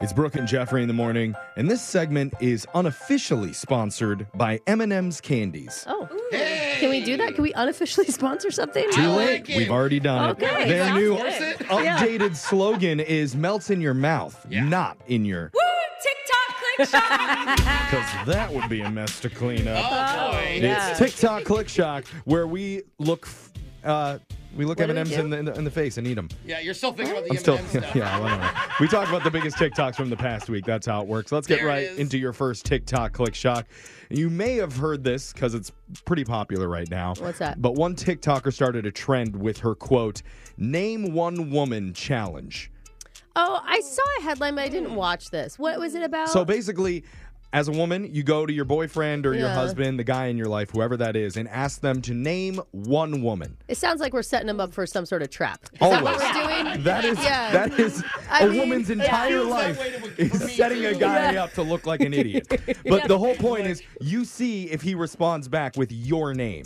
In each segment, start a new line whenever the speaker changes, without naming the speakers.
It's Brooke and Jeffrey in the morning, and this segment is unofficially sponsored by M&M's Candies.
Oh. Can we do that? Can we unofficially sponsor something?
Too
like
late.
it.
We've already done
Okay,
it. Their
sounds
new Oh,
good.
Force it?
updated slogan is "Melts in your mouth,
Yeah.
not in your."
Woo! TikTok click shop.
Because that would be a mess to clean up.
Oh, boy.
yeah.
It's TikTok Click Shock, where we look, f- uh, we look
What
M
do we
and M's
do?
in the, in the in the face and eat them.
Yeah, you're still thinking about the
I'm
M&M
still,
stuff.
yeah. I don't know. We talked about the biggest TikToks from the past week. That's how it works. Let's get
There it
right
is.
into your first TikTok Click Shock. You may have heard this because it's pretty popular right now.
What's that?
But one TikToker started a trend with her quote, "Name one woman challenge."
Oh, I saw a headline, but I didn't watch this. What was it about?
So basically, as a woman, you go to your boyfriend or your
Yeah.
husband, the guy in your life, whoever that is, and ask them to name one woman.
it sounds like we're setting them up for some sort of trap. Is that what
Always.
we're doing?
That is
Yeah.
that is
I
a
mean,
woman's
it
entire
feels that
life
way to- for
is
me,
setting a
too.
guy up to look like an idiot. But the whole point is you see if he responds back with your name.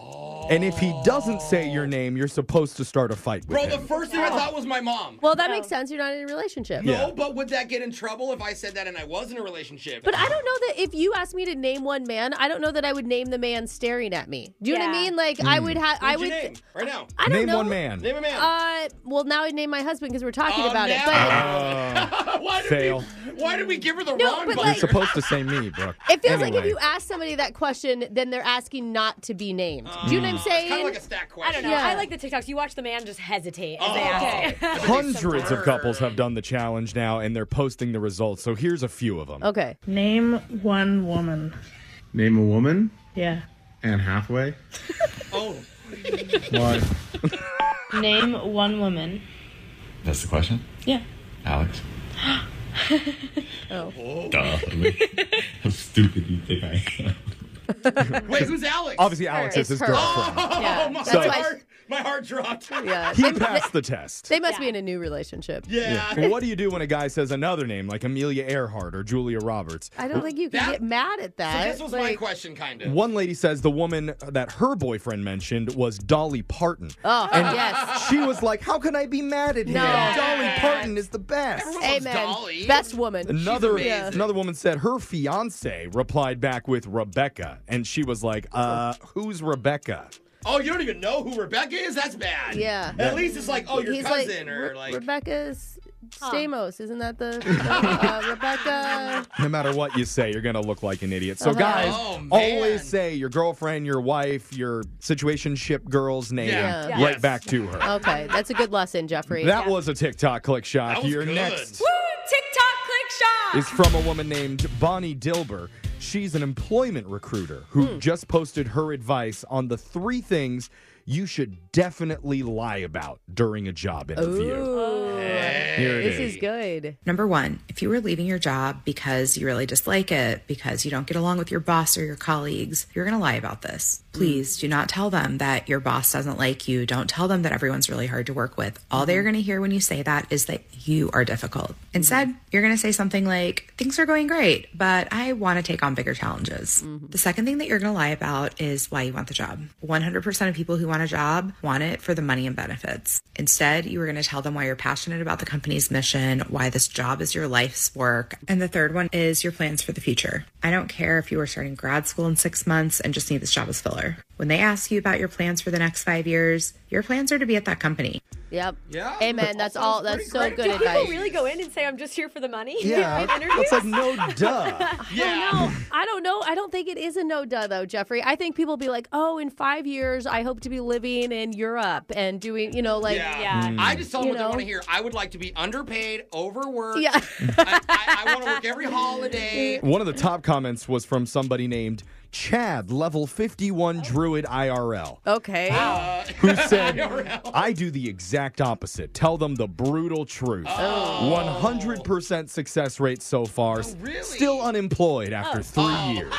Oh.
And if he doesn't say your name, you're supposed to start a fight with
Bro, the
him.
first thing I
Oh.
thought was my mom.
Well, that makes sense. You're not in a relationship.
Yeah.
No, but would that get in trouble if I said that and I was in a relationship?
But I don't know that if you asked me to name one man, I don't know that I would name the man staring at me. Do you know what I
Yeah.
mean? Like I would have. I
What'd
would.
you name right now.
I don't
Hmm. name
know.
one man.
Name a man.
Uh, well, now I'd name my husband because we're talking
Oh,
about it.
now-
But
Uh,
why did
fail.
we? Why did we give her the
No,
wrong
but,
button?
you're
like-
supposed to say me, Brooke.
it feels like if
Anyway.
you ask somebody that question, then they're asking not to be named. Do you know what I'm saying?
Uh, It's kind of like a stack
I
question.
don't know.
Yeah.
I like the TikToks. You watch the man just hesitate. As they
Oh.
ask it.
Hundreds of couples have done the challenge now, and they're posting the results. So here's a few of them.
okay.
Name one woman.
Name a woman?
Yeah.
Anne Hathaway?
Oh,
Why?
Name one woman.
That's the question?
Yeah.
Alex. oh. Duh. How stupid do you think I am?
wait, who's Alex?
Obviously, Alex
It's
is his
her.
girlfriend.
Oh,
Yeah,
my,
that's why-
heart, my heart dropped. Yeah.
Yeah.
He
they,
passed the test.
they must be
Yeah.
in a new relationship.
Well, what do you do when a guy says another name, like Amelia Earhart or Julia Roberts?
I don't think you can
That-
get mad at
So
that.
this was my
Like,
question, kind of.
One lady says the woman that her boyfriend mentioned was Dolly Parton.
Oh,
and
yes.
She was like, How can I be mad at him?
No.
Dolly Parton is the best.
Everyone loves
Amen.
Dolly.
Best woman.
Another
amazing.
another woman said her fiance replied back with Rebecca, and she was like, "Uh, who's Rebecca?"
Oh, you don't even know who Rebecca is? That's bad.
Yeah.
At least it's like, oh, your
He's like,
cousin or
Re-
like.
Rebecca's Stamos, isn't that the uh, Rebecca?
No matter what you say, you're gonna look like an idiot. So, guys,
Oh, man.
always say your girlfriend, your wife, your situationship girl's name
Yeah.
Yeah.
Oh,
right
Yes.
back to her.
Okay, that's a good lesson, Jeffrey.
That was a TikTok click shock.
That was
Your
good.
next
Woo! TikTok click shop.
is from a woman named Bonnie Dilber. She's an employment recruiter who just posted her advice on the three things you should definitely lie about during a job interview. Here it
this is good.
Number one, if you were leaving your job because you really dislike it, because you don't get along with your boss or your colleagues, you're going to lie about this. Please do not tell them that your boss doesn't like you. Don't tell them that everyone's really hard to work with. All they're going to hear when you say that is that you are difficult. Instead, you're going to say something like, Things are going great, but I want to take on bigger challenges. The second thing that you're going to lie about is why you want the job. 100% of people who want a job want it for the money and benefits. Instead, you are going to tell them why you're passionate about the company's mission, why this job is your life's work. And the third one is your plans for the future. I don't care if you are starting grad school in six months and just need this job as filler. When they ask you about your plans for the next five years, your plans are to be at that company.
Yep.
Yeah.
Amen. That's
Sounds
all.
pretty
That's so
great.
good
Do
People
advice.
really go in and say, "I'm just here for the money."
Yeah,
in interviews.
that's like no duh.
yeah.
No, I don't know. I don't think it is a no duh though, Jeffrey. I think people be like, "Oh, in five years, I hope to be living in Europe and doing, you know, like,
Yeah.
Yeah.
Hmm.
I just tell them
You
what
know?
they want to hear. I would like to be underpaid, overworked.
Yeah.
I, I, I want to work every holiday.
One of the top comments was from somebody named Chad, level 51 Druid IRL,
okay,
who said, I do the exact opposite. Tell them the brutal truth.
Oh.
100% success rate so far. S-
really?
Still unemployed after three years.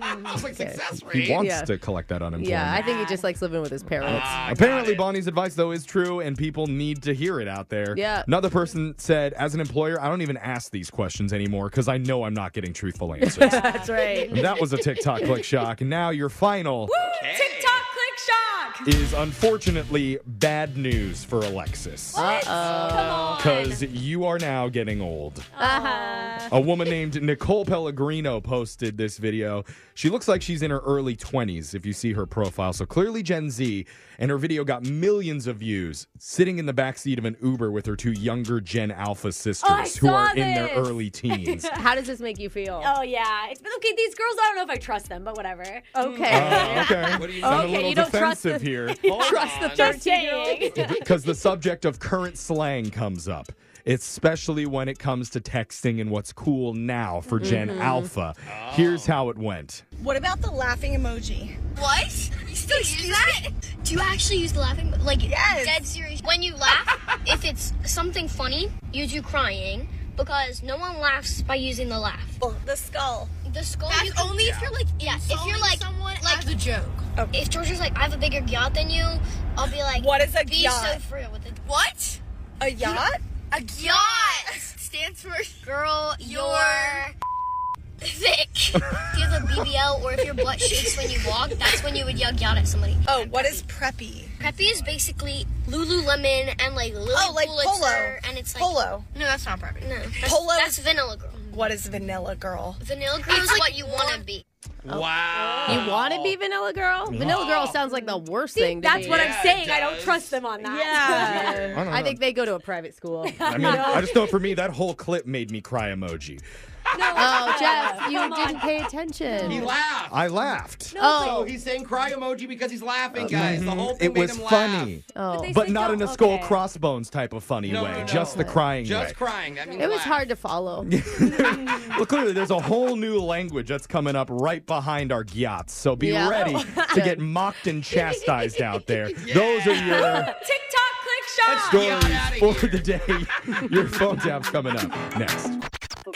I was like, success
He
rate.
wants
Oh. Yeah.
to collect that unemployment.
yeah." I think he just likes living with his parents.
Apparently, Bonnie's advice, though, is true, and people need to hear it out there.
Yeah.
Another person said, as an employer, I don't even ask these questions anymore because I know I'm not getting truthful answers.
That's right.
that was a TikTok click shock. And now your final.
TikTok click shock.
is unfortunately bad news for Alexis.
Oh,
Because you are now getting old.
Uh-huh.
A woman named Nicole Pellegrino posted this video. She looks like she's in her early 20s if you see her profile. So clearly Gen Z. And her video got millions of views sitting in the backseat of an Uber with her two younger Gen
Oh,
Alpha sisters who
saw
are in their
this.
early teens.
How does this make you feel?
Oh yeah, it's been okay. These girls, I don't know if I trust them, but whatever.
Okay.
Oh, okay.
What do you
Sound
Okay,
a little
you don't trust
defensive
the-
here.
Trust the
Just
13 year old.
saying.
because the subject of current slang comes up, especially when it comes to texting and what's cool now for general Alpha. Here's how it went.
What about the laughing emoji?
What? You still use that? Do you actually use the laughing? Like,
Yes.
dead serious. When you laugh, if it's something funny, you do crying because no one laughs by using the laugh.
Oh, the skull.
The skull. That's only if you're like, yeah, if you're like someone like the joke. If George is like, I have a bigger yacht than you, I'll be like,
What is a
be so
yacht?
free with it. What?
A yacht?
A yacht stands for girl. Your thick. if you have a BBL or if your butt shakes when you walk, that's when you would yell yacht at somebody.
Oh, what is preppy?
Preppy is basically Lululemon and like Lily
Oh, like
Pulitzer,
polo.
and it's like
Polo.
No, that's not preppy. No, that's,
Polo
That's
is-
vanilla girl.
What is vanilla girl?
Vanilla girl is what you want to be.
Wow.
Uh, You want to be Vanilla Girl? Vanilla Girl sounds like the worst thing. To
That's
be.
what
Yeah,
I'm
it
saying. I don't
does.
trust them on that.
Yeah.
I don't
I
know.
think they go to a private school.
I mean, I just know for me, that whole clip made me cry emoji.
oh, Jeff, you didn't pay attention.
He laughed.
I laughed.
So
oh,
he's saying cry emoji because he's laughing, guys. The whole thing
It
made
was
him
funny,
oh.
they-
but
said
not
no-
in a skull
okay.
crossbones type of funny
No,
way,
no, no.
just the crying
laugh. Just
way.
crying. That means
it was
laugh.
hard to follow.
Well, clearly, there's a whole new language that's coming up right behind our gyats. So be
Yeah.
ready to get mocked and chastised out there. Those are your
TikTok click shot.
Get outta
stories for
here.
the day. Your phone tap's coming up next.